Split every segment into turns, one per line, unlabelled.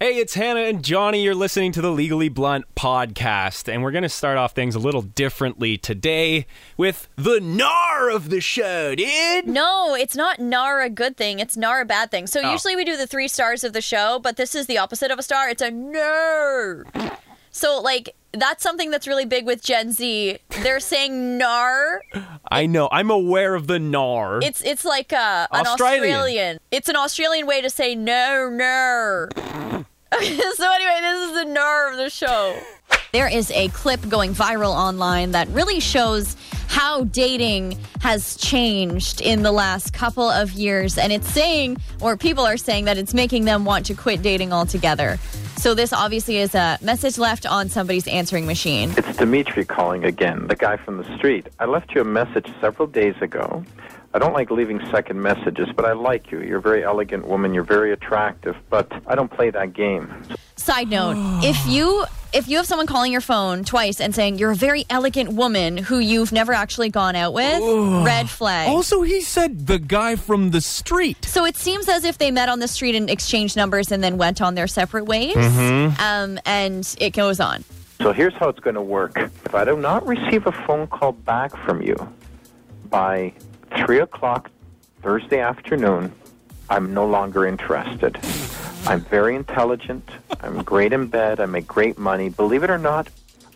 Hey, it's Hannah and Johnny. You're listening to the Legally Blunt podcast, and we're going to start off things a little differently today with the gnar of the show, dude.
No, it's not nar a good thing. It's nar a bad thing. So
Oh.
usually we do the three stars of the show, but this is the opposite of a star. It's a nar. So like that's something that's really big with Gen Z. They're saying nar.
I know. I'm aware of the gnar.
It's it's like uh, an
Australian.
Australian. It's an Australian way to say no nar. Okay, so anyway, this is the nar of the show. There is a clip going viral online that really shows how dating has changed in the last couple of years. And it's saying, or people are saying, that it's making them want to quit dating altogether. So, this obviously is a message left on somebody's answering machine.
It's Dimitri calling again, the guy from the street. I left you a message several days ago. I don't like leaving second messages, but I like you. You're a very elegant woman. You're very attractive, but I don't play that game.
Side note: If you if you have someone calling your phone twice and saying you're a very elegant woman who you've never actually gone out with, red flag.
Also, he said the guy from the street.
so it seems as if they met on the street and exchanged numbers and then went on their separate ways.
Mm-hmm.
Um, and it goes on.
So here's how it's going to work. If I do not receive a phone call back from you by 3 o'clock Thursday afternoon, I'm no longer interested. I'm very intelligent. I'm great in bed. I make great money. Believe it or not,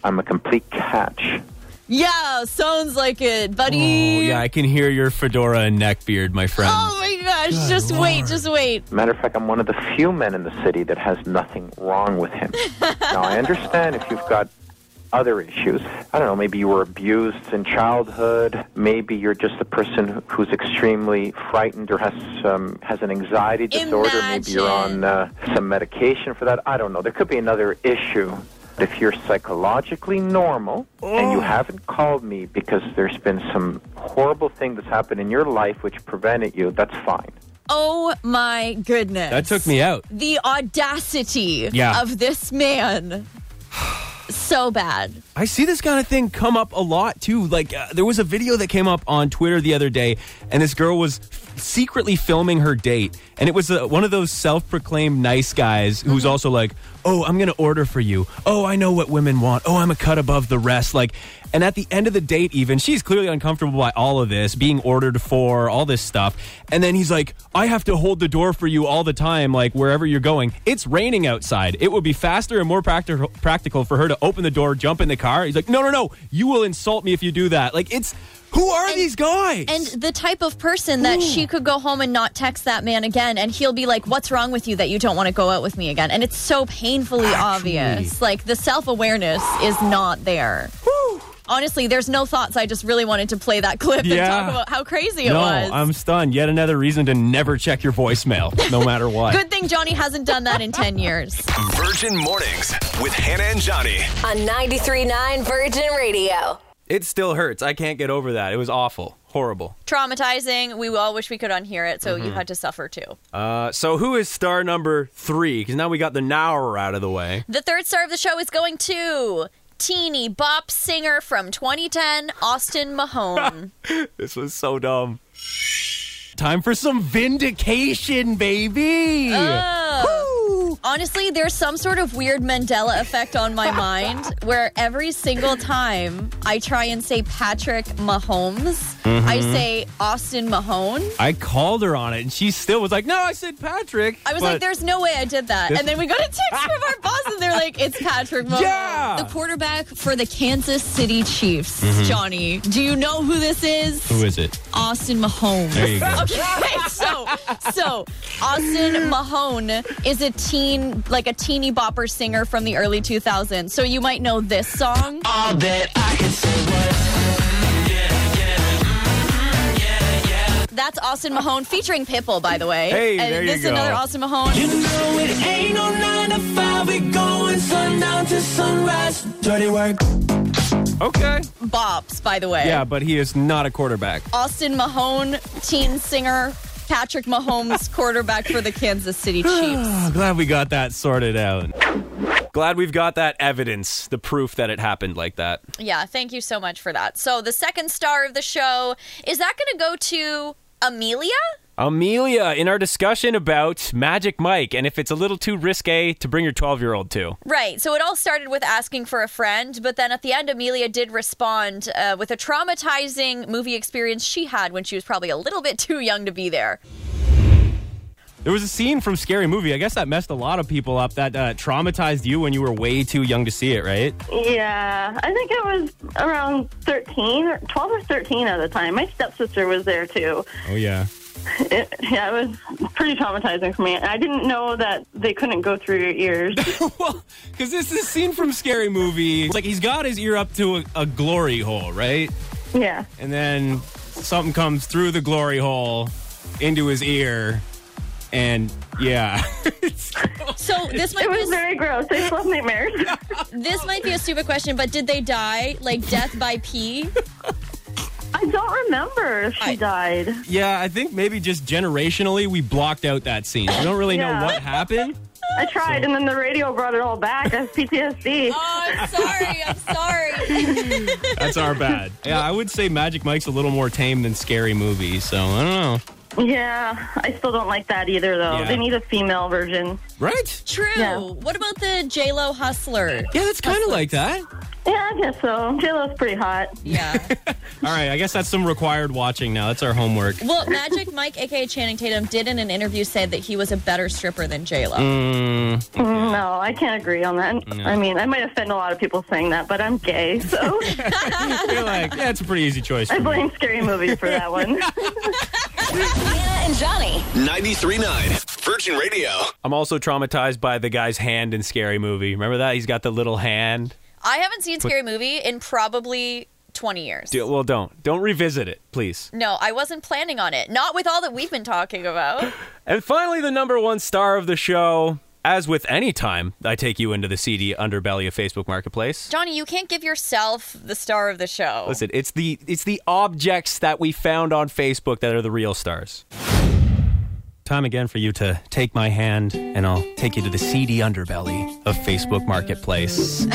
I'm a complete catch.
Yeah, sounds like it, buddy.
Oh, yeah, I can hear your fedora and neckbeard, my friend.
Oh my gosh! just wait, just wait.
Matter of fact, I'm one of the few men in the city that has nothing wrong with him. now, I understand if you've got other issues. I don't know, maybe you were abused in childhood. Maybe you're just a person who- who's extremely frightened or has um, has an anxiety disorder. Maybe you're on uh, some medication for that. I don't know. There could be another issue. If you're psychologically normal and you haven't called me because there's been some horrible thing that's happened in your life which prevented you, that's fine.
Oh my goodness!
That took me out.
The audacity
Yeah.
of this man. so bad.
I see this kind of thing come up a lot too. Like uh, there was a video that came up on Twitter the other day, and this girl was f- secretly filming her date, and it was uh, one of those self-proclaimed nice guys who's also like, "Oh, I'm gonna order for you. Oh, I know what women want. Oh, I'm a cut above the rest." Like, and at the end of the date, even she's clearly uncomfortable by all of this being ordered for, all this stuff, and then he's like, "I have to hold the door for you all the time, like wherever you're going. It's raining outside. It would be faster and more practical practical for her to open the door, jump in the car." He's like, "No, no, no! You will insult me if you do that." Like, it's who are these guys?
And the type of person that she could go home and not text that man again, and he'll be like, What's wrong with you that you don't want to go out with me again? And it's so painfully obvious. Like, the self awareness is not there. Honestly, there's no thoughts. I just really wanted to play that clip and
Yeah.
talk about how crazy it
no,
was.
I'm stunned. Yet another reason to never check your voicemail, no matter what.
Good thing Johnny hasn't done that in 10 years.
Virgin Mornings with Hannah and Johnny.
on 93.9 Virgin Radio.
It still hurts. I can't get over that. It was awful, horrible.
Traumatizing. We all wish we could unhear it, so you
Mm-hmm.
had to suffer too.
Uh, so who is star number three? Because now we got the Nauer out of the way.
The third star of the show is going to teeny bop singer from 2010, Austin Mahone.
This was so dumb. Time for some vindication, baby.
Oh. Honestly, there's some sort of weird Mandela effect on my mind where every single time I try and say Patrick Mahomes, I
Mm-hmm.
say Austin Mahone.
I called her on it, and she still was like, "No, I said Patrick."
I was like,
but-
there's no way I did that. And then we got a text from our boss, and they're like, it's Patrick Mahomes.
Yeah. Mm-hmm.
The quarterback for the Kansas City Chiefs, Johnny. Do you know who this is?
"Who is it?"
Austin Mahone.
There you go.
Okay, so so Austin Mahone is a teen, like a teeny bopper singer from the early 2000s. So you might know this song.
all that I can say was
That's Austin Mahone featuring Pitbull, by the way.
Hey,
and
there you
this is
go.
another Austin Mahone.
You know it ain't no nine to five We going sundown to sunrise Dirty work
Okay.
Bops, by the way.
Yeah, but he is not a quarterback.
Austin Mahone, teen singer. Patrick Mahomes, quarterback for the Kansas City Chiefs.
I'm glad we got that sorted out. Glad we've got that evidence, the proof that it happened like that.
Yeah, thank you so much for that. So the second star of the show is that going to go to Amelia?
Amelia in our discussion about Magic Mike and if it's a little too risque to bring your 12 year old to.
Right. So it all started with asking for a friend, but then at the end, Amelia did respond uh, with a traumatizing movie experience she had when she was probably a little bit too young to be there.
There was a scene from Scary Movie. I guess that messed a lot of people up. That uh, traumatized you when you were way too young to see it, right?
Yeah, I think I was around 13, or 12 or 13 at the time. My stepsister was there too.
Oh yeah.
It, yeah, it was pretty traumatizing for me. And I didn't know that they couldn't go through your ears.
Well, because this is a scene from Scary Movie. It's like he's got his ear up to a, a glory hole, right?
yeah.
And then something comes through the glory hole into his ear, and yeah, it's
So this might
It
be
was very gross. I still have nightmares.
this might be a stupid question, but did they die like death by pee?
I don't remember if she
I-
died.
yeah. I think maybe just generationally we blocked out that scene. We don't really
Yeah.
know what happened.
I tried, and then the radio brought it all back. That's PTSD.
Oh, I'm sorry. I'm sorry.
That's our bad. Yeah, I would say Magic Mike's a little more tame than Scary Movie, so I don't know.
Yeah, I still don't like that either, though.
Yeah.
They need a female version.
Right?
True.
Yeah.
What about the J Lo hustler?
Yeah, that's kind of like that.
Yeah, I guess so. JLo's pretty hot.
Yeah.
All right, I guess that's some required watching now. That's our homework.
well, Magic Mike, aka Channing Tatum, did in an interview say that he was a better stripper than J Lo.
Mm. Hmm.
No, I can't agree on that. I mean, I might offend a lot of people saying that, but I'm gay, so
You're like, yeah, it's a pretty easy choice.
I
for me.
blame Scary Movie for that one.
Hannah and Johnny.
93.9 Virgin Radio.
I'm also traumatized by the guy's hand in Scary Movie. Remember that? He's got the little hand.
I haven't seen Scary Movie in probably 20 years.
Do- well, don't. Don't revisit it, please.
No, I wasn't planning on it. Not with all that we've been talking about.
And finally, the number one star of the show. As with any time I take you into the CD underbelly of Facebook Marketplace.
Johnny, you can't give yourself the star of the show.
Listen, it's the it's the objects that we found on Facebook that are the real stars.
Time again for you to take my hand, and I'll take you to the seedy underbelly of Facebook Marketplace.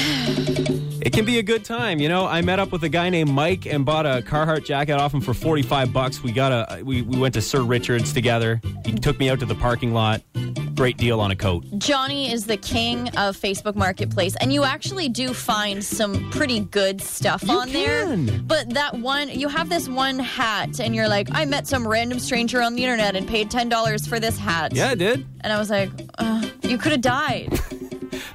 it can be a good time, you know. I met up with a guy named Mike and bought a Carhartt jacket off him for forty-five bucks. We got a we, we went to Sir Richards together. He took me out to the parking lot. Great deal on a coat.
Johnny is the king of Facebook Marketplace, and you actually do find some pretty good stuff on there.
can.
But that one, you have this one hat, and you're like, I met some random stranger on the internet and paid $10 for this hat.
Yeah, I did.
And I was like, uh, you could have died.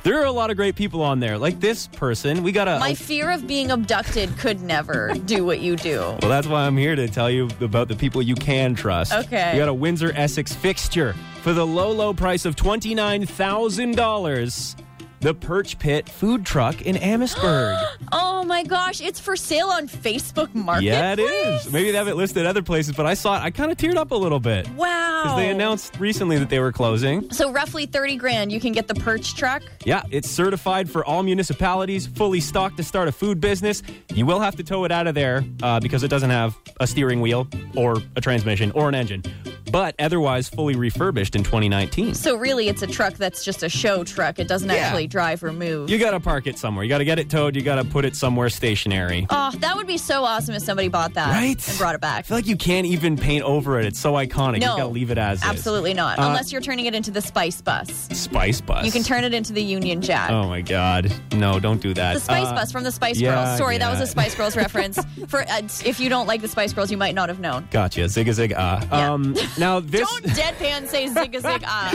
There are a lot of great people on there, like this person. We got a.
My fear of being abducted could never do what you do.
well, that's why I'm here to tell you about the people you can trust.
Okay.
We got a Windsor Essex fixture for the low, low price of $29,000. The Perch Pit food truck in Amherstburg.
Oh my gosh, it's for sale on Facebook Marketplace.
yeah, it is. Maybe they have it listed other places, but I saw it. I kind of teared up a little bit.
Wow.
Because they announced recently that they were closing.
So roughly 30 grand, you can get the perch truck.
Yeah, it's certified for all municipalities, fully stocked to start a food business. You will have to tow it out of there uh, because it doesn't have a steering wheel or a transmission or an engine, but otherwise fully refurbished in 2019.
So really, it's a truck that's just a show truck. It doesn't actually drive or move.
You got to park it somewhere. You got to get it towed. You got to put it somewhere stationary.
oh, that would be so awesome if somebody bought that
Right?
and brought it back.
I feel like you can't even paint over it. It's so iconic.
No.
You got to leave it as is.
Absolutely not.
Uh,
Unless you're turning it into the Spice Bus.
Spice Bus.
You can turn it into the Union Jack.
Oh my God! No, don't do that.
The Spice
Uh,
Bus from the Spice
yeah,
Girls. Sorry, that was
yeah.
a Spice Girls reference. For uh, if you don't like the Spice Girls, you might not have known.
Gotcha. Zig a zig ah.
Yeah.
Um, now this.
Don't deadpan say zig a zig ah.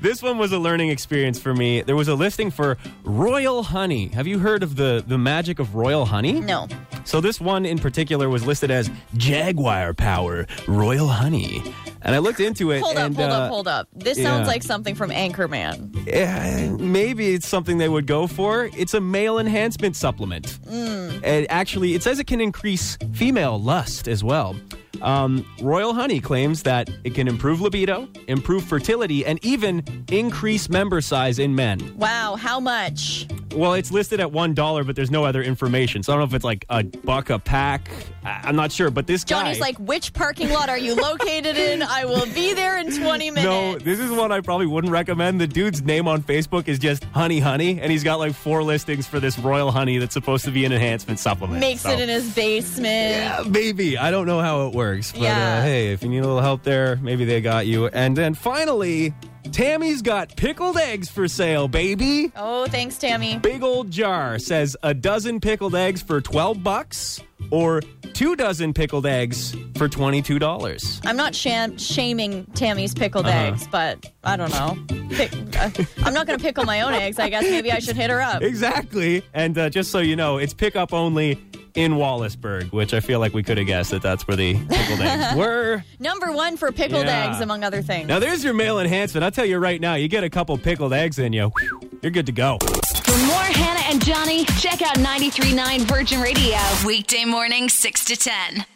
This one was a learning experience for me. There was a listing for royal honey. Have you heard of the the magic of royal honey?
No.
So this one in particular was listed as Jaguar Power Royal Honey, and I looked into it.
Hold
and,
up, hold
uh,
up, hold up. This
yeah.
sounds like something from Anchorman.
eh, maybe it's something they would go for. It's a male enhancement supplement.
Mm.
And actually, it says it can increase female lust as well. Um, Royal Honey claims that it can improve libido, improve fertility, and even increase member size in men.
Wow, how much?
Well, it's listed at one dollar, but there's no other information. So I don't know if it's like a buck a pack. I- I'm not sure. But this
Johnny's
guy,
like, which parking lot are you located in? I will be there in 20
no,
minutes.
this is one I probably wouldn't recommend. The dude's name on Facebook is just Honey Honey, and he's got like four listings for this royal honey that's supposed to be an enhancement supplement.
Makes
So-
it in his basement.
Yeah, maybe. I don't know how it works. But
Yeah.
uh, hey, if you need a little help there, maybe they got you. And then finally, Tammy's got pickled eggs for sale, baby.
Oh, thanks, Tammy.
Big old jar says a dozen pickled eggs for 12 bucks or two dozen pickled eggs for $22.
I'm not sham- shaming Tammy's pickled
Uh-huh.
eggs, but I don't know. Pick- uh, I'm not going to pickle my own eggs. I guess maybe I should hit her up.
Exactly. And uh, just so you know, it's pickup only in Wallaceburg, which I feel like we could have guessed that that's where the pickled eggs were.
Number one for pickled
Yeah.
eggs, among other things.
Now there's your male enhancement. I'll tell you right now, you get a couple pickled eggs in you, whew, you're good to go.
For more Hannah and Johnny, check out 93.9 Virgin Radio. Weekday morning, 6 to 10.